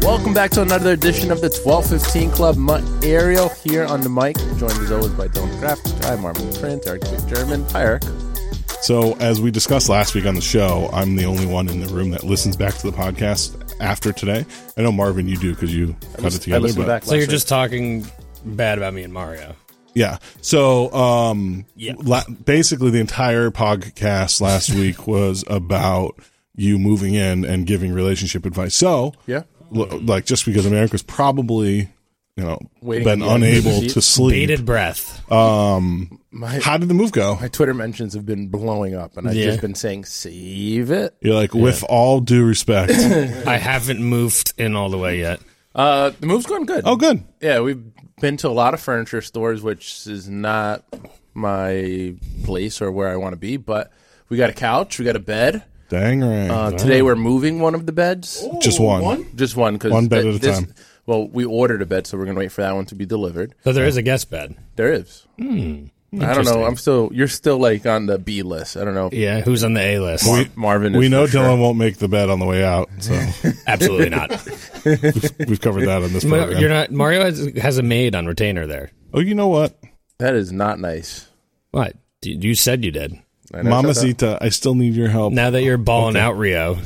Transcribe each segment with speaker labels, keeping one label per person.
Speaker 1: Welcome back to another edition of the 1215 Club. Mutt Ariel here on the mic, joined as always by Dylan Kraft. Hi, Marvin Prince, Eric German. Hi, Eric.
Speaker 2: So, as we discussed last week on the show, I'm the only one in the room that listens back to the podcast after today. I know Marvin, you do because you cut it
Speaker 1: I
Speaker 2: together.
Speaker 1: listened
Speaker 2: but
Speaker 1: back
Speaker 3: So you're
Speaker 1: last
Speaker 3: just talking bad about me and Mario.
Speaker 2: yeah, so um,
Speaker 3: Yeah.
Speaker 2: la- basically the entire podcast last week was about you moving in and giving relationship advice. So,
Speaker 1: Yeah.
Speaker 2: l- like just because America's probably you know
Speaker 1: Waiting
Speaker 2: been
Speaker 1: at the end of the
Speaker 2: unable
Speaker 1: seat.
Speaker 2: to sleep.
Speaker 3: Bated breath.
Speaker 1: My,
Speaker 2: How did the move go?
Speaker 1: my Twitter mentions have been blowing up, and I've
Speaker 3: Yeah.
Speaker 1: just been saying, save it.
Speaker 2: You're like, with all due respect.
Speaker 3: I haven't moved in all the way yet.
Speaker 1: Uh, the move's going good.
Speaker 2: oh, good.
Speaker 1: Yeah, we've been to a lot of furniture stores, which is not my place or where I want to be, but we got a couch, we got a bed.
Speaker 2: Dang right.
Speaker 1: Uh, today we're moving one of the beds.
Speaker 2: Just one.
Speaker 1: Just one because
Speaker 2: One bed at a time.
Speaker 1: Well, we ordered a bed, so we're gonna wait for that one to be delivered.
Speaker 3: So there is a guest bed.
Speaker 1: There is.
Speaker 2: Hmm.
Speaker 1: I don't know. I'm still. You're still like on the B list. I don't know. if
Speaker 3: Yeah, who's on the A list?
Speaker 1: Mar- Marvin. Is
Speaker 2: We know
Speaker 1: for sure.
Speaker 2: Dylan won't make the bed on the way out, so
Speaker 3: Absolutely not.
Speaker 2: we've covered that on this
Speaker 3: Mar-
Speaker 2: program.
Speaker 3: You're not. Mario has, has a maid on retainer there.
Speaker 2: oh, you know what,
Speaker 1: That is not nice.
Speaker 3: What? You you said you did.
Speaker 1: I know, shut up.
Speaker 2: Mamacita, I still need your help.
Speaker 3: Now that you're balling out Rio,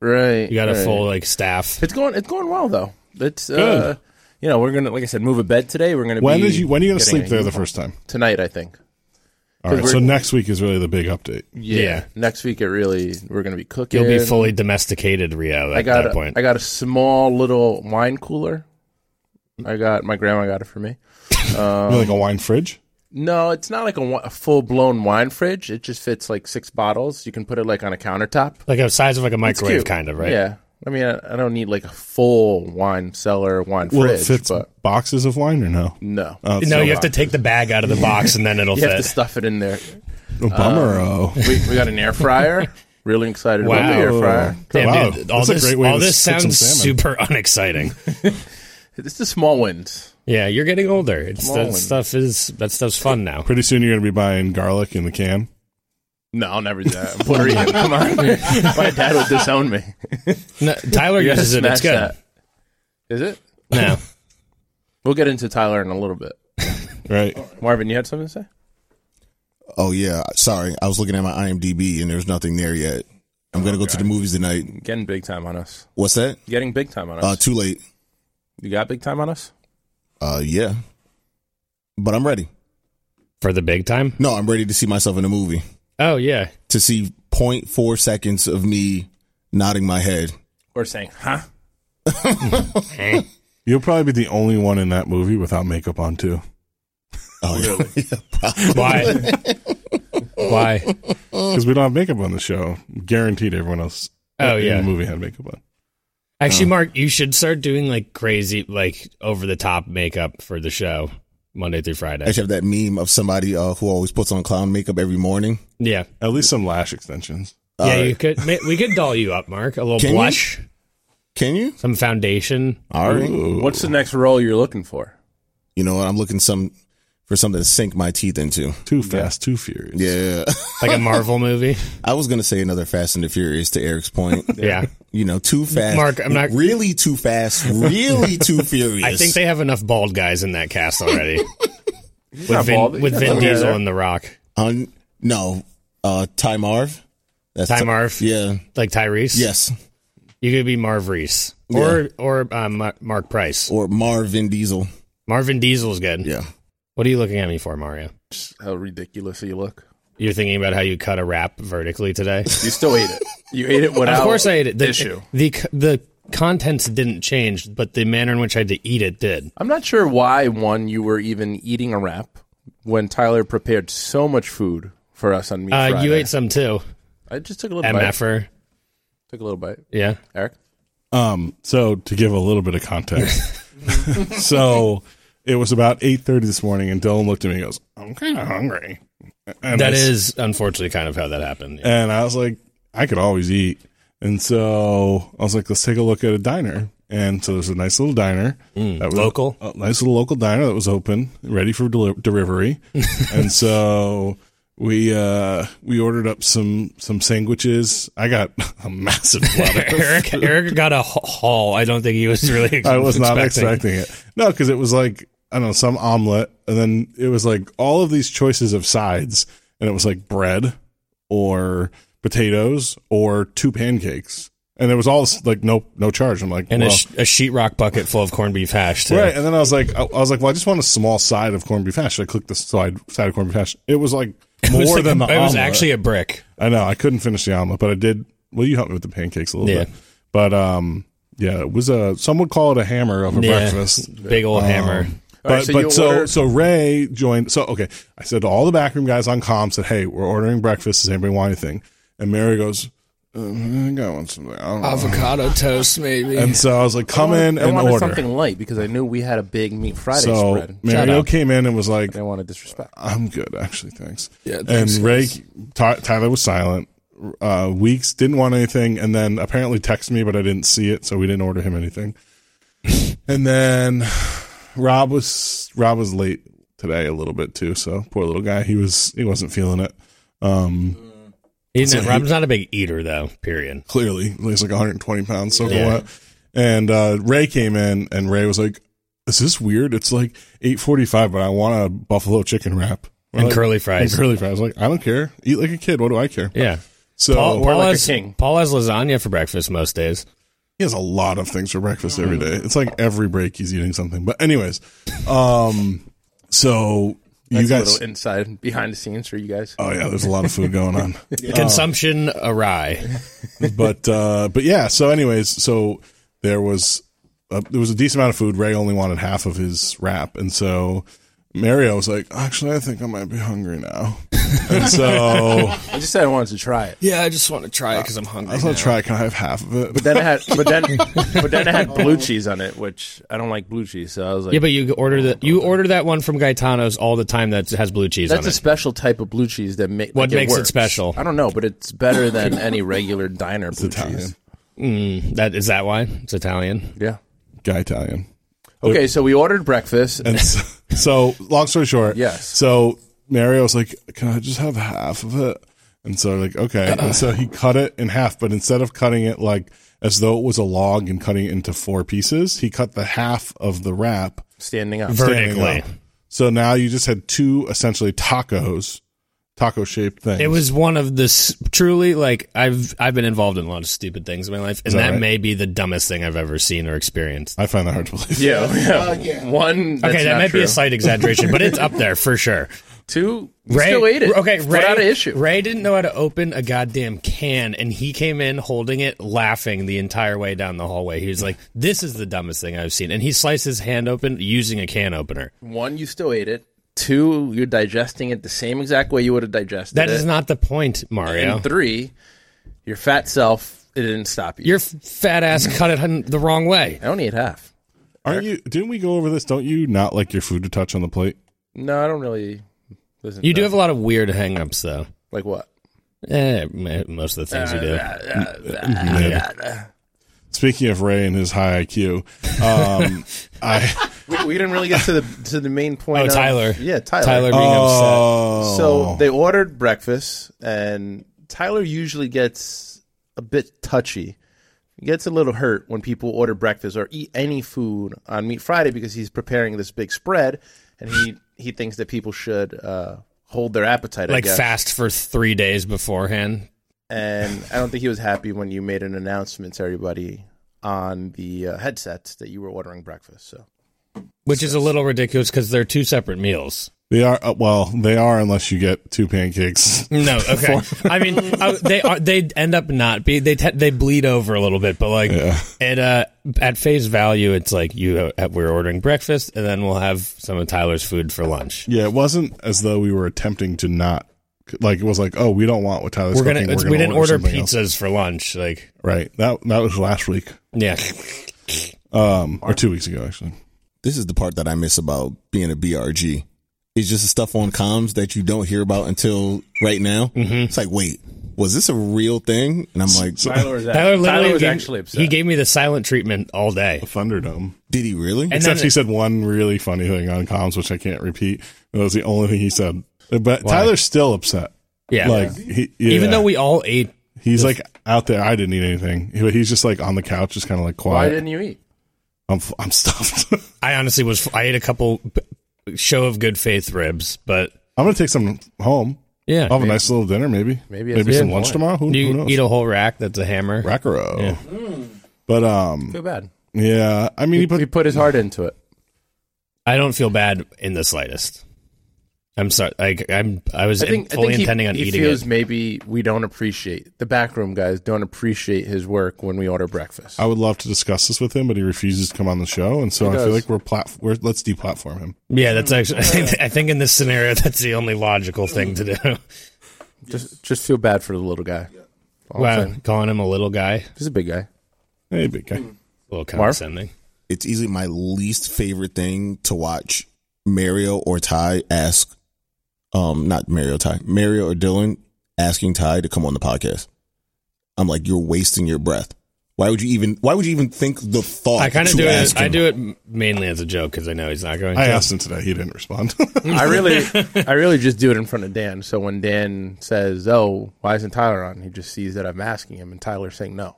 Speaker 1: Right.
Speaker 3: you got a
Speaker 1: right.
Speaker 3: full like staff.
Speaker 1: It's going. It's going well though. It's. Uh, you know, we're gonna like I said, move a bed today. We're gonna.
Speaker 2: when
Speaker 1: be
Speaker 2: is you when are you going to
Speaker 1: getting
Speaker 2: sleep
Speaker 1: a-
Speaker 2: there the first time?
Speaker 1: Tonight, I think.
Speaker 2: All right,
Speaker 1: we're-
Speaker 2: so next week is really the big update.
Speaker 1: Yeah.
Speaker 3: Yeah.
Speaker 1: Next week, it really we're gonna be cooking.
Speaker 3: You'll be fully domesticated Rio at
Speaker 1: I got.
Speaker 3: that
Speaker 1: a-
Speaker 3: point.
Speaker 1: I got a small little wine cooler. I got my grandma got it for me. Um,
Speaker 2: You know, like a wine fridge.
Speaker 1: No, it's not like a, wi- a full blown wine fridge. It just fits like six bottles. You can put it like on a countertop.
Speaker 3: like a size of like a
Speaker 1: It's
Speaker 3: microwave,
Speaker 1: cute.
Speaker 3: kind of right.
Speaker 1: Yeah. I mean, I, I don't need like a full wine cellar, wine
Speaker 2: Well,
Speaker 1: fridge,
Speaker 2: it fits
Speaker 1: but
Speaker 2: boxes of wine or no?
Speaker 1: no,
Speaker 2: Oh, it's
Speaker 3: No,
Speaker 2: so-
Speaker 3: you have to take the bag out of the box and then it'll
Speaker 1: you have to
Speaker 3: fit.
Speaker 1: stuff it in there.
Speaker 2: oh, bummer. oh,
Speaker 1: We, we got an air fryer. Really excited
Speaker 3: Wow.
Speaker 1: about the air fryer.
Speaker 3: Damn,
Speaker 2: Wow,
Speaker 3: dude, all
Speaker 2: that's a
Speaker 3: this,
Speaker 2: great way
Speaker 3: all
Speaker 2: to
Speaker 3: this
Speaker 2: put some
Speaker 3: sounds
Speaker 2: salmon.
Speaker 3: super unexciting.
Speaker 1: It's the small ones.
Speaker 3: Yeah, you're getting older. It's,
Speaker 1: Small
Speaker 3: that
Speaker 1: ones.
Speaker 3: stuff is that stuff's fun now.
Speaker 2: pretty soon you're going to be buying garlic in the can.
Speaker 1: No, I'll never do that. I'm Puerto Rican. Come on, my dad would disown me.
Speaker 3: No, Tyler
Speaker 1: You gotta
Speaker 3: uses it. It's
Speaker 1: smash
Speaker 3: good.
Speaker 1: that. Is it?
Speaker 3: No,
Speaker 1: We'll get into Tyler in a little bit.
Speaker 2: Right?
Speaker 1: Marvin, you had something to say?
Speaker 4: Oh yeah, sorry. I was looking at my IMDb and there's nothing there yet. I'm gonna go to the movies tonight.
Speaker 1: Getting big time on us.
Speaker 4: What's that?
Speaker 1: Getting big time on us.
Speaker 4: Uh, too late.
Speaker 1: you got big time on us?
Speaker 4: Uh, yeah, but I'm ready.
Speaker 3: for the big time.
Speaker 4: No, I'm ready to see myself in a movie.
Speaker 3: Oh yeah,
Speaker 4: To see 0.4 seconds of me nodding my head.
Speaker 1: Or saying, huh?
Speaker 3: Eh.
Speaker 2: You'll probably be the only one in that movie without makeup on too.
Speaker 4: Oh really?
Speaker 3: why? why?
Speaker 2: because we don't have makeup on the show. Guaranteed, everyone else.
Speaker 3: Oh,
Speaker 2: in
Speaker 3: yeah.
Speaker 2: the movie had makeup on.
Speaker 3: Actually, Mark, you should start doing like crazy, like over the top makeup for the show Monday through Friday.
Speaker 4: I should have that meme of somebody uh, who always puts on clown makeup every morning.
Speaker 3: yeah,
Speaker 2: At least some lash extensions.
Speaker 3: yeah. You could ma- we could doll you up, Mark. A little
Speaker 4: Can you?
Speaker 3: blush,
Speaker 4: Can you?
Speaker 3: some foundation.
Speaker 4: All right.
Speaker 1: What's the next role you're looking for?
Speaker 4: You know what? I'm looking some for something to sink my teeth into.
Speaker 2: Too fast, too furious.
Speaker 4: Yeah,
Speaker 3: Like a Marvel movie,
Speaker 4: I was gonna say another Fast and the Furious to Eric's point.
Speaker 3: yeah.
Speaker 4: You know, too fast.
Speaker 3: Mark, I'm not-
Speaker 4: really too fast. Really too furious.
Speaker 3: I think they have enough bald guys in that cast already. with
Speaker 1: not
Speaker 3: Vin,
Speaker 1: bald.
Speaker 3: with
Speaker 1: He's
Speaker 3: Vin
Speaker 1: not
Speaker 3: Diesel
Speaker 1: bald.
Speaker 3: and The Rock,
Speaker 4: Un- no, uh, Ty Marv. That's
Speaker 3: Ty Marv?
Speaker 4: Yeah.
Speaker 3: like Tyrese.
Speaker 4: Yes.
Speaker 3: You could be Marv Reese or or uh, Ma- Mark Price.
Speaker 4: Or Marvin Diesel.
Speaker 3: Marvin Diesel's good.
Speaker 4: Yeah.
Speaker 3: What are you looking at me for, Mario?
Speaker 1: How ridiculous you look.
Speaker 3: You're thinking about how you cut a wrap vertically today.
Speaker 1: You still ate it. You ate it without
Speaker 3: of course, I ate it. The,
Speaker 1: issue.
Speaker 3: The c- the contents didn't change, but the manner in which I had to eat it did.
Speaker 1: I'm not sure why one you were even eating a wrap when Tyler prepared so much food for us on Meat
Speaker 3: Uh,
Speaker 1: Friday.
Speaker 3: you ate some too,
Speaker 1: I just took a little bite.
Speaker 3: mf'er.
Speaker 1: Took a little bite.
Speaker 3: Yeah,
Speaker 1: Eric,
Speaker 2: Um. So to give a little bit of context, so It was about eight thirty this morning, and Dylan looked at me and goes, "I'm kind of hungry." And
Speaker 3: That
Speaker 2: I s-
Speaker 3: is unfortunately kind of how that happened. Yeah.
Speaker 2: and I was like, I could always eat. And so I was like, let's take a look at a diner. And so there's a nice little diner that was
Speaker 3: local?
Speaker 2: a nice little local diner that was open, ready for deli- delivery. and so we uh we ordered up some some sandwiches. I got a massive platter.
Speaker 3: Eric, Eric got a ha- haul. I don't think he was really.
Speaker 2: I was not expecting it. No, because it was like I don't know some omelet, and then it was like all of these choices of sides, and it was like bread or potatoes or two pancakes, and it was all like no no charge. I'm like
Speaker 3: And
Speaker 2: well,
Speaker 3: a, sh- a sheetrock bucket full of corned beef hash. Too.
Speaker 2: right, and then I was like I, I was like well I just want a small side of corned beef hash. I clicked the side side of corned beef hash. It was like
Speaker 3: It
Speaker 2: more
Speaker 3: was like
Speaker 2: than
Speaker 3: a-
Speaker 2: the
Speaker 3: It was
Speaker 2: omelet.
Speaker 3: actually a brick.
Speaker 2: I know I couldn't finish the omelet, but I did. Well, you helped me with the pancakes a little
Speaker 3: Yeah.
Speaker 2: bit, but um. Yeah, it was a some would call it a hammer of a
Speaker 3: Yeah.
Speaker 2: breakfast. Um,
Speaker 3: Big old hammer.
Speaker 2: But
Speaker 1: right, so you
Speaker 2: but so
Speaker 1: order-
Speaker 2: so Ray joined. So okay, I said to all the backroom guys on comm, said, "Hey, we're ordering breakfast. Does anybody want anything?" And Mary goes, uh, "I think I want something." I don't know.
Speaker 3: Avocado toast, maybe.
Speaker 2: And so I was like, "Come in
Speaker 1: I
Speaker 2: and
Speaker 1: wanted
Speaker 2: order."
Speaker 1: something light because I knew we had a big meat Friday
Speaker 2: so
Speaker 1: spread. Shut
Speaker 2: Mario
Speaker 1: up.
Speaker 2: came in and was like,
Speaker 1: I don't want to disrespect.
Speaker 2: "I'm good, actually, thanks."
Speaker 4: Yeah,
Speaker 2: and
Speaker 4: thanks,
Speaker 2: Ray, Ty Tyler was silent. Uh, Weeks didn't want anything, and then apparently texted me, but I didn't see it, so we didn't order him anything. and then Rob was Rob was late today a little bit too, so poor little guy. He was he wasn't feeling it. Um,
Speaker 3: Rob's not a big eater, though, period.
Speaker 2: clearly, he's like 120 pounds, so what? And uh, Ray came in, and Ray was like, "Is this weird? It's like 8:45, but I want a buffalo chicken wrap." We're
Speaker 3: And
Speaker 2: like-
Speaker 3: curly fries.
Speaker 2: And curly fries. I was like, I don't care. Eat like a kid. What do I care?
Speaker 3: Yeah. Oh,
Speaker 2: So
Speaker 3: Paul,
Speaker 1: Or
Speaker 3: Paul
Speaker 1: like a
Speaker 3: has,
Speaker 1: king.
Speaker 3: Paul has lasagna for breakfast most days.
Speaker 2: he has a lot of things for breakfast every day. It's like every break he's eating something. But anyways, um, so you
Speaker 1: That's a
Speaker 2: guys,
Speaker 1: little inside behind the scenes for you guys.
Speaker 2: oh yeah, there's a lot of food going on.
Speaker 3: Consumption awry.
Speaker 2: but uh, but yeah. So anyways, so there was a, there was a decent amount of food. Ray only wanted half of his wrap, and so Mario was like, actually, I think I might be hungry now. and so
Speaker 1: I just said I wanted to try it.
Speaker 3: Yeah, I just want to try it because I'm
Speaker 2: I
Speaker 3: hungry.
Speaker 2: was gonna try. Can I have half of it?
Speaker 1: Then I had, but then, but then I had blue cheese on it, which I don't like blue cheese. So I was like,
Speaker 3: Yeah, but you order the you order that one from Gaetano's all the time that has blue cheese
Speaker 1: that's
Speaker 3: on
Speaker 1: a
Speaker 3: it.
Speaker 1: special type of blue cheese that makes
Speaker 3: What
Speaker 1: like,
Speaker 3: makes it
Speaker 1: works.
Speaker 3: special?
Speaker 1: I don't know, but it's better than any regular diner blue cheese.
Speaker 3: That is that why it's Italian.
Speaker 1: Yeah.
Speaker 2: Guy Italian.
Speaker 1: Okay, so we ordered breakfast.
Speaker 2: And so, so, long story short,
Speaker 1: Yes.
Speaker 2: So Mario's like, "Can I just have half of it?" And so like, okay. And so he cut it in half, but instead of cutting it like as though it was a log and cutting it into four pieces, he cut the half of the wrap
Speaker 1: standing up.
Speaker 2: standing
Speaker 3: Vertically.
Speaker 2: up. So now you just had two essentially tacos, taco shaped things.
Speaker 3: It was one of the s- truly like I've I've been involved in a lot of stupid things in my life, and
Speaker 2: that
Speaker 3: that,
Speaker 2: right?
Speaker 3: may be the dumbest thing I've ever seen or experienced.
Speaker 2: I find that hard to believe.
Speaker 1: Yeah, yeah. One. That's
Speaker 3: okay, that
Speaker 1: not
Speaker 3: might be
Speaker 1: true.
Speaker 3: a slight exaggeration, but it's up there for sure.
Speaker 1: Two. we still ate it.
Speaker 3: Okay,
Speaker 1: It's
Speaker 3: Ray,
Speaker 1: not an issue.
Speaker 3: Ray didn't know how to open a goddamn can, and he came in holding it, laughing the entire way down the hallway. He was like, "This is the dumbest thing I've seen," and he sliced his hand open using a can opener.
Speaker 1: One, you still ate it. Two, you're digesting it the same exact way you would have digested
Speaker 3: That
Speaker 1: it.
Speaker 3: is not the point, Mario.
Speaker 1: And three, your fat self, it didn't stop you.
Speaker 3: Your f- fat ass cut it hun- the wrong way.
Speaker 1: I don't eat half.
Speaker 2: Aren't you? Didn't we go over this? Don't you not like your food to touch on the plate?
Speaker 1: No, I don't really. Listen
Speaker 3: You
Speaker 1: to
Speaker 3: do have a lot of weird hangups, though.
Speaker 1: like what? Uh,
Speaker 3: Eh, m- most of the things you do. Mm,
Speaker 2: Speaking of Ray and his high IQ, um, I
Speaker 1: We, we didn't really get to the to the main point.
Speaker 3: Oh,
Speaker 1: of-
Speaker 3: Tyler.
Speaker 1: yeah, Tyler.
Speaker 3: Tyler being
Speaker 2: oh,
Speaker 1: So they ordered breakfast, and Tyler usually gets a bit touchy. He gets a little hurt when people order breakfast or eat any food on Meat Friday because he's preparing this big spread, and he he thinks that people should uh, hold their appetite. I
Speaker 3: Like
Speaker 1: guess.
Speaker 3: fast for three days beforehand.
Speaker 1: and I don't think he was happy when you made an announcement to everybody on the uh, headsets that you were ordering breakfast. So
Speaker 3: Which is a little ridiculous because they're two separate meals.
Speaker 2: They are uh, well. They are unless you get two pancakes.
Speaker 3: No, okay. I mean, uh, they are they end up not be they te- they bleed over a little bit, but like at uh at face value, it's like you uh, we're ordering breakfast and then we'll have some of Tyler's food for lunch.
Speaker 2: Yeah, it wasn't as though we were attempting to not like it was like oh we don't want what Tyler's
Speaker 3: we're gonna,
Speaker 2: cooking.
Speaker 3: it's,
Speaker 2: we're
Speaker 3: we
Speaker 2: gonna
Speaker 3: didn't order,
Speaker 2: something else."
Speaker 3: pizzas for lunch, like
Speaker 2: right? That that was last week
Speaker 3: yeah.
Speaker 2: um, or two weeks ago actually.
Speaker 4: This is the part that I miss about being a BRG. It's just the stuff on comms that you don't hear about until right now.
Speaker 3: Mm-hmm.
Speaker 4: It's like, wait, was this a real thing? And I'm like,
Speaker 1: Tyler was,
Speaker 3: Tyler
Speaker 1: Tyler
Speaker 3: literally
Speaker 1: was
Speaker 3: gave,
Speaker 1: actually upset.
Speaker 3: He gave me the silent treatment all day.
Speaker 2: The Thunderdome.
Speaker 4: did he really?
Speaker 3: And
Speaker 2: Except
Speaker 3: then,
Speaker 2: he said one really funny thing on comms, which I can't repeat. That was the only thing he said. But Tyler's still upset.
Speaker 3: yeah,
Speaker 2: Like he,
Speaker 3: even
Speaker 2: yeah.
Speaker 3: though we all ate,
Speaker 2: he's like out there, I didn't eat anything. He- He's just like on the couch, just kind of like
Speaker 1: Why
Speaker 2: quiet.
Speaker 1: didn't you eat?
Speaker 2: I'm f- I'm stuffed.
Speaker 3: I honestly was. I ate a couple b- show of good faith ribs, but
Speaker 2: I'm gonna take some home.
Speaker 3: yeah,
Speaker 2: I'll have a nice little dinner, maybe.
Speaker 1: Maybe it's
Speaker 2: maybe
Speaker 1: a
Speaker 2: some
Speaker 1: good
Speaker 2: lunch
Speaker 1: point.
Speaker 2: tomorrow. Oh, Who, who
Speaker 3: you
Speaker 2: knows?
Speaker 3: eat a whole rack. That's a hammer.
Speaker 2: Rackero. But um,
Speaker 1: Too bad.
Speaker 2: yeah. I mean, he put
Speaker 1: He put his heart into it.
Speaker 3: I don't feel bad in the slightest. I'm sorry. Like I'm. I was in- fully
Speaker 1: he-
Speaker 3: intending on
Speaker 1: he
Speaker 3: eating
Speaker 1: feels
Speaker 3: it.
Speaker 1: maybe we don't appreciate the backroom guys don't appreciate his work when we order breakfast.
Speaker 2: I would love to discuss this with him, but he refuses to come on the show, and so I feel
Speaker 1: does.
Speaker 2: like we're plat. We're, let's deplatform him.
Speaker 3: Yeah, that's actually. I think, I think in this scenario, that's the only logical thing to do.
Speaker 1: Just just feel bad for the little guy. All I'm
Speaker 3: wow,
Speaker 1: saying.
Speaker 3: calling him a little guy,
Speaker 1: he's a big guy.
Speaker 2: Hey, big
Speaker 1: Hmm.
Speaker 2: guy.
Speaker 3: a little condescending.
Speaker 4: it's easily my least favorite thing to watch Mario or Ty ask um not Mario Ty, Mario or Dylan asking Ty to come on the podcast. I'm like, you're wasting your breath. Why would you even why would you even think the thought?
Speaker 3: I kind of
Speaker 4: to
Speaker 3: do
Speaker 4: ask
Speaker 3: it. I
Speaker 4: him?
Speaker 3: do it mainly as a joke because I know he's not going.
Speaker 2: I
Speaker 3: to.
Speaker 2: asked him today. He didn't respond.
Speaker 1: I really I really just do it in front of Dan. So when Dan says, "Oh, why isn't Tyler on?" he just sees that I'm asking him, and Tyler's saying no.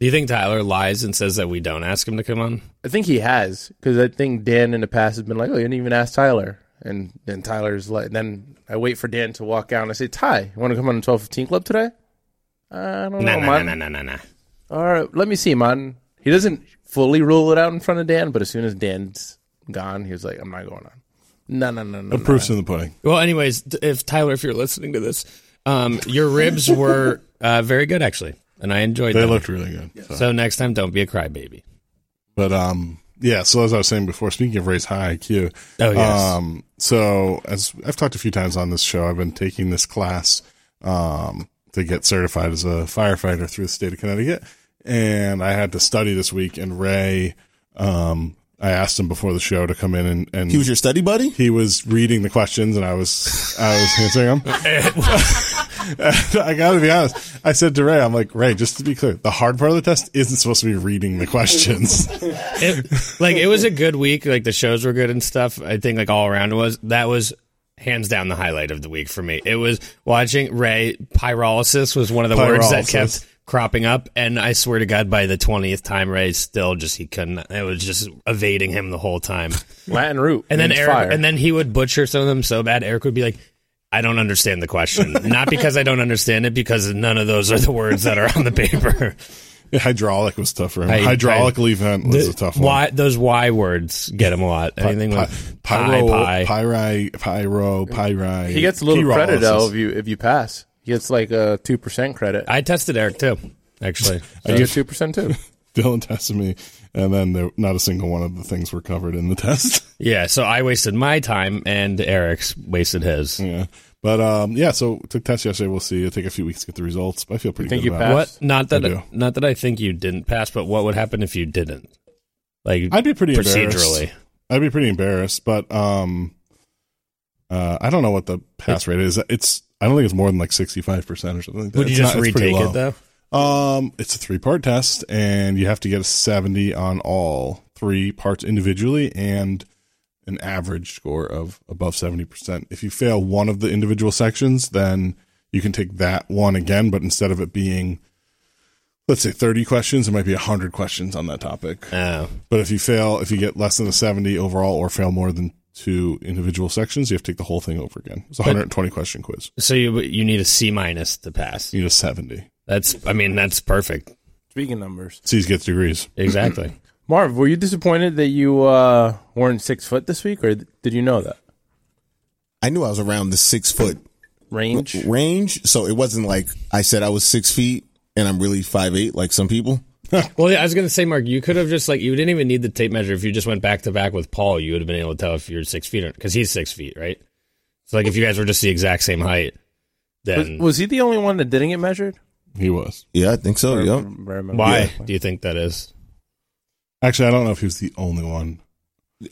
Speaker 3: Do you think Tyler lies and says that we don't ask him to come on?
Speaker 1: I think he has because I think Dan in the past has been like, "Oh, you didn't even ask Tyler," and then Tyler's like, then I wait for Dan to walk out and I say, "Ty, you want to come on the twelve fifteen club today?" "Uh, I don't know,
Speaker 3: No, no,
Speaker 1: man.
Speaker 3: no, no, no, no.
Speaker 1: All right, let me see, man. He doesn't fully rule it out in front of Dan, but as soon as Dan's gone, he was like, "I'm not going on." No, no, no, no.
Speaker 2: the proof's in the pudding.
Speaker 3: Well, anyways, t- if Tyler, if you're listening to this, um, your ribs were uh, very good actually, and I enjoyed
Speaker 2: They
Speaker 3: them.
Speaker 2: looked really good. So.
Speaker 3: so next time, don't be a crybaby.
Speaker 2: But um, yeah. So as I was saying before, speaking of raise high IQ,
Speaker 3: Oh, yes.
Speaker 2: Um, so as I've talked a few times on this show, I've been taking this class um to get certified as a firefighter through the state of Connecticut, and I had to study this week. And Ray, um, I asked him before the show to come in and and
Speaker 4: He was your study buddy?
Speaker 2: he was reading the questions and I was I was answering them. And I gotta be honest. I said to Ray, I'm like, Ray, just to be clear, the hard part of the test isn't supposed to be reading the questions.
Speaker 3: It, like it was a good week. Like the shows were good and stuff. I think like all around it was that was hands down the highlight of the week for me. It was watching Ray pyrolysis was one of the words that
Speaker 2: Pyrolysis.
Speaker 3: kept cropping up, and I swear to God, by the twentieth time, Ray still just he couldn't. It was just evading him the whole time.
Speaker 1: Latin root,
Speaker 3: And then
Speaker 1: means
Speaker 3: Eric,
Speaker 1: fire.
Speaker 3: and then he would butcher some of them so bad. Eric would be like, "I don't understand the question. Not because I don't understand it, because none of those are the words that are on the paper.
Speaker 2: Hydraulic was tough for him.
Speaker 3: I-
Speaker 2: Hydraulic leaf vent was a tough one.
Speaker 3: Why those Y words get him a lot? Anything
Speaker 2: Py-
Speaker 3: with
Speaker 2: pyro,
Speaker 3: pie, pie.
Speaker 2: pyri, pyro, pyri.
Speaker 1: he gets a little
Speaker 2: pyrolysis.
Speaker 1: credit though if you if you pass. He gets like a two percent credit.
Speaker 3: I tested Eric too, actually.
Speaker 1: You get two percent too.
Speaker 2: Dylan tested me, and then there, not a single one of the things were covered in the test.
Speaker 3: yeah, so I wasted my time, and Eric's wasted his.
Speaker 2: yeah, but um, yeah. So took test yesterday. We'll see. It'll take a few weeks to get the results, but I feel pretty
Speaker 1: think
Speaker 2: good
Speaker 1: you
Speaker 2: about it.
Speaker 3: What? Not that.
Speaker 2: I do.
Speaker 3: not that I think you didn't pass, but what would happen if you didn't? Like
Speaker 2: I'd be pretty
Speaker 3: procedurally.
Speaker 2: embarrassed. I'd be pretty embarrassed, but um, uh, I don't know what the pass rate is. It's I don't think it's more than like sixty five percent or something. Like that.
Speaker 3: Would you
Speaker 2: It's
Speaker 3: just
Speaker 2: not- it's pretty
Speaker 3: retake
Speaker 2: low.
Speaker 3: it though?
Speaker 2: Um, it's a three part test, and you have to get a 70 on all three parts individually and an average score of above 70%. If you fail one of the individual sections, then you can take that one again, but instead of it being, let's say, 30 questions, it might be 100 questions on that topic.
Speaker 3: Oh.
Speaker 2: But if you fail, if you get less than a 70 overall or fail more than two individual sections, you have to take the whole thing over again. It's a 120 question quiz.
Speaker 3: So you you need a C minus to pass.
Speaker 2: You need a 70.
Speaker 3: That's I mean that's perfect.
Speaker 1: Speaking numbers,
Speaker 2: C's gets degrees.
Speaker 3: Exactly.
Speaker 1: Marv, were you disappointed that you uh, weren't six foot this week, or th- did you know that
Speaker 4: I knew I was around the six foot
Speaker 1: range?
Speaker 4: range. So it wasn't like I said I was six feet and I'm really five eight like some people.
Speaker 3: well, yeah, I was gonna say, Mark, you could have just like you didn't even need the tape measure. If you just went back to back with Paul, you would have been able to tell if you're six feet or because he's six feet, right? So like if you guys were just the exact same height,
Speaker 1: Was,
Speaker 3: then
Speaker 1: was he the only one that didn't get measured?
Speaker 2: He was.
Speaker 4: Oh, Yeah, I think so. Yep.
Speaker 1: Remember-
Speaker 3: why do you think that is?
Speaker 2: Actually, I don't know if he was the only one.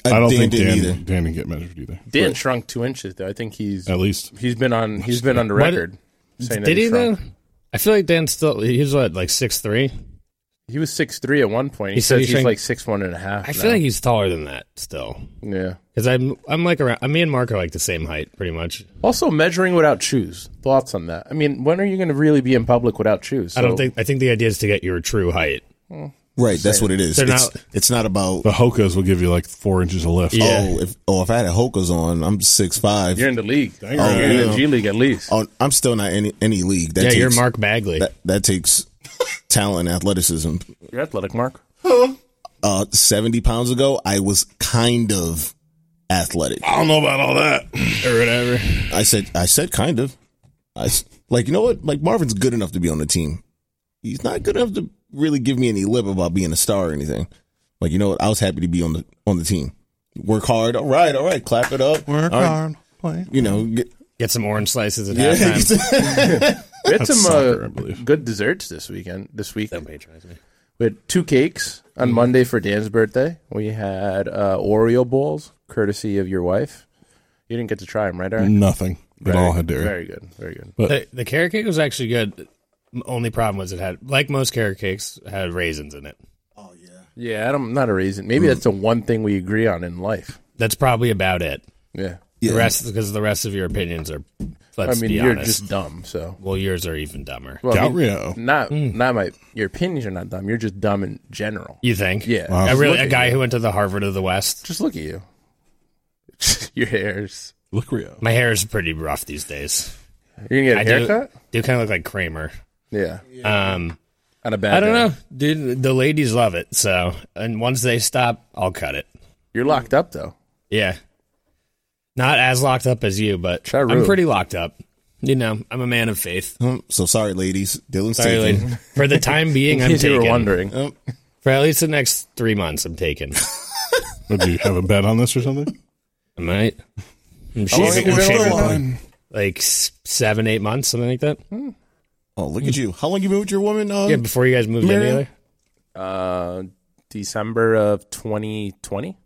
Speaker 2: I don't think Dan,
Speaker 4: did
Speaker 2: Dan didn't get measured either.
Speaker 1: Dan shrunk two inches though. I think he's
Speaker 2: At least
Speaker 1: he's been on he's been on the
Speaker 3: Oh. What-
Speaker 1: record. saying that
Speaker 3: Did he though?
Speaker 1: shrunk.
Speaker 3: I feel like Dan's still. He was what, like six three.
Speaker 1: He was six three at one point. He,
Speaker 3: He said
Speaker 1: says
Speaker 3: he
Speaker 1: he's
Speaker 3: shrank-
Speaker 1: like six one and a half.
Speaker 3: I
Speaker 1: now.
Speaker 3: feel like he's taller than that still.
Speaker 1: yeah.
Speaker 3: Because I'm, I'm like around. Me and Mark are like the same height, pretty much.
Speaker 1: Also, measuring without shoes. Thoughts on that? I mean, when are you going to really be in public without shoes?
Speaker 3: I don't
Speaker 1: So-
Speaker 3: think. I think the idea is to get your true height.
Speaker 4: Right, that's what it is.
Speaker 3: They're
Speaker 4: It's
Speaker 3: not-
Speaker 4: it's not about
Speaker 2: the Hokas will give you like four inches of lift.
Speaker 3: Yeah.
Speaker 4: oh if oh if I had a Hoka's on, I'm six five.
Speaker 1: you're in the league.
Speaker 2: Dang
Speaker 1: oh,
Speaker 2: right.
Speaker 1: you're in
Speaker 4: Yeah.
Speaker 1: the G League at least.
Speaker 4: Oh, I'm still not any any league. That
Speaker 3: yeah,
Speaker 4: takes,
Speaker 3: you're Mark Bagley.
Speaker 4: That that takes talent, and athleticism.
Speaker 1: You're athletic, Mark.
Speaker 4: Uh, seventy pounds ago, I was kind of athletic.
Speaker 2: I don't know about all that.
Speaker 3: or whatever.
Speaker 4: I said I said kind of. I s- like you know what? Like Marvin's good enough to be on the team. He's not good enough to really give me any lip about being a star or anything. Like you know what? I was happy to be on the on the team. Work hard. All right, all right. Clap it up.
Speaker 2: Work
Speaker 4: All right.
Speaker 2: hard, play.
Speaker 4: You know, get,
Speaker 3: Get some orange slices at
Speaker 4: yeah.
Speaker 3: halftime.
Speaker 1: We had some
Speaker 2: soccer,
Speaker 1: uh,
Speaker 2: I believe.
Speaker 1: good desserts this weekend. This week
Speaker 3: Don't patronize me.
Speaker 1: we had two cakes
Speaker 3: Mm.
Speaker 1: on Monday for Dan's birthday. We had uh, Oreo balls, courtesy of your wife. You didn't get to try them, right, Eric?
Speaker 2: Nothing. It all had dairy.
Speaker 1: Very good. Very good.
Speaker 3: The, the carrot cake was actually good. M- Only problem was it had, like most carrot cakes, had raisins in it.
Speaker 1: Yeah, I don't, not a reason. Maybe
Speaker 3: Mm.
Speaker 1: that's the one thing we agree on in life.
Speaker 3: That's probably about it.
Speaker 1: Yeah.
Speaker 3: The rest, because the rest of your opinions are.
Speaker 1: I
Speaker 3: Let's
Speaker 1: mean,
Speaker 3: be
Speaker 1: you're
Speaker 3: honest.
Speaker 1: just dumb, so.
Speaker 3: well, yours are even dumber.
Speaker 1: Well, I mean,
Speaker 2: Galrio.
Speaker 1: not not my your opinions are not dumb. You're just dumb in general.
Speaker 3: You think?
Speaker 1: Yeah.
Speaker 3: A,
Speaker 1: Just
Speaker 3: really,
Speaker 1: look
Speaker 3: a
Speaker 1: at
Speaker 3: guy
Speaker 1: you.
Speaker 3: who went to the Harvard of the West.
Speaker 1: Just look at you. your hairs.
Speaker 2: Look, Rio.
Speaker 3: My hair is pretty rough these days.
Speaker 1: You're gonna
Speaker 3: I
Speaker 1: get a haircut?
Speaker 3: do, do kind of look like Kramer.
Speaker 1: Yeah.
Speaker 3: Um,
Speaker 1: On a bad.
Speaker 3: I don't
Speaker 1: day.
Speaker 3: know, dude. The ladies love it. So, and once they stop, I'll cut it.
Speaker 1: You're locked up though.
Speaker 3: Yeah. Not as locked up as you, but
Speaker 1: Try
Speaker 3: I'm
Speaker 1: Rube.
Speaker 3: pretty locked up. You know, I'm a man of faith.
Speaker 4: Um, so sorry, ladies. Dylan's
Speaker 3: Sorry,
Speaker 4: taken.
Speaker 3: lady. For the time being,
Speaker 1: In
Speaker 3: I'm
Speaker 1: case you
Speaker 3: taken.
Speaker 1: were wondering.
Speaker 4: Um,
Speaker 3: For at least the next three months, I'm taken.
Speaker 2: Would you have a bet on this or something?
Speaker 3: I might.
Speaker 1: long
Speaker 3: I'm
Speaker 1: have
Speaker 3: shaving,
Speaker 1: you
Speaker 3: I'm
Speaker 1: been
Speaker 3: shaving
Speaker 1: alone?
Speaker 3: like, like s- seven, eight months, something like that.
Speaker 4: oh, look at you. How long you been with your woman? Uh,
Speaker 3: Yeah, before you guys moved in
Speaker 4: Marion?
Speaker 3: together.
Speaker 1: Uh, December of 2020.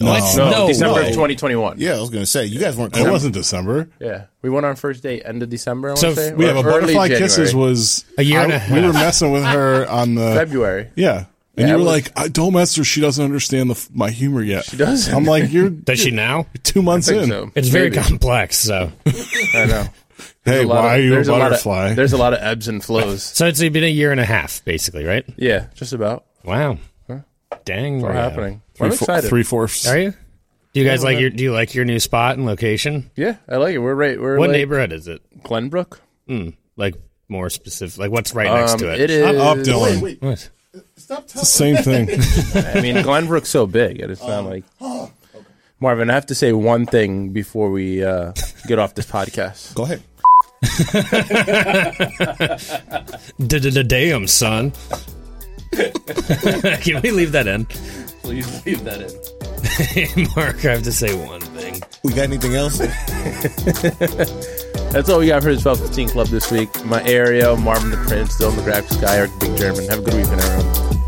Speaker 3: What?
Speaker 4: No,
Speaker 1: December
Speaker 4: no.
Speaker 1: of 2021.
Speaker 4: yeah, I was gonna say you guys weren't.
Speaker 2: It
Speaker 4: close.
Speaker 2: wasn't December.
Speaker 1: Yeah. We went on our first date end of December. I
Speaker 3: So
Speaker 1: want to say.
Speaker 2: We
Speaker 1: or
Speaker 2: have a
Speaker 1: early
Speaker 2: butterfly
Speaker 1: January.
Speaker 2: kisses uh, was
Speaker 3: A year and
Speaker 2: I-
Speaker 3: a
Speaker 2: We were
Speaker 3: half.
Speaker 2: messing with her on the
Speaker 1: February.
Speaker 2: yeah, and
Speaker 1: Yeah,
Speaker 2: you
Speaker 1: it
Speaker 2: were
Speaker 1: was-
Speaker 2: like, I, "Don't mess her. She doesn't understand the, f- my humor yet." She
Speaker 1: doesn't.
Speaker 2: I'm like, "You're
Speaker 3: Does she now?
Speaker 2: two months
Speaker 1: I think
Speaker 2: in."
Speaker 1: so.
Speaker 3: It's very
Speaker 1: Maybe.
Speaker 3: complex. So,
Speaker 1: I know.
Speaker 2: Hey,
Speaker 1: A lot
Speaker 2: why
Speaker 1: of-
Speaker 2: are you a
Speaker 1: there's lot of-
Speaker 2: butterfly?
Speaker 1: there's a lot of ebbs and flows.
Speaker 3: so it's been a year and a half, basically, right?
Speaker 1: Yeah, just about.
Speaker 3: Wow. Dang,
Speaker 1: What's
Speaker 3: Mario.
Speaker 1: happening? Well, I'm
Speaker 2: Oh, Three fo-
Speaker 1: excited.
Speaker 2: Three fourths.
Speaker 3: Are you? Do you guys like your? Do you like your new spot and location?
Speaker 1: Yeah, I like it. We're right. We're
Speaker 3: What
Speaker 1: like
Speaker 3: neighborhood is it?
Speaker 1: Glenbrook.
Speaker 3: Like more specific? Like what's right
Speaker 1: Um,
Speaker 3: next to it?
Speaker 1: it is.
Speaker 2: Up, Dylan.
Speaker 3: What?
Speaker 2: Same thing.
Speaker 1: I mean, Glenbrook's so big, it's
Speaker 2: Oh.
Speaker 1: not like. Marvin, I have to say one thing before we uh, get off this podcast.
Speaker 4: Go ahead.
Speaker 3: Damn, son. Can we leave that in?
Speaker 1: Please leave that in.
Speaker 3: Hey, Mark, I have to say one thing.
Speaker 4: We got anything else?
Speaker 1: That's all we got for this 1215 Club this week. My area, Marvin the Prince, Dylan the Graphics Guy, Eric Big German. Have a good weekend, everyone.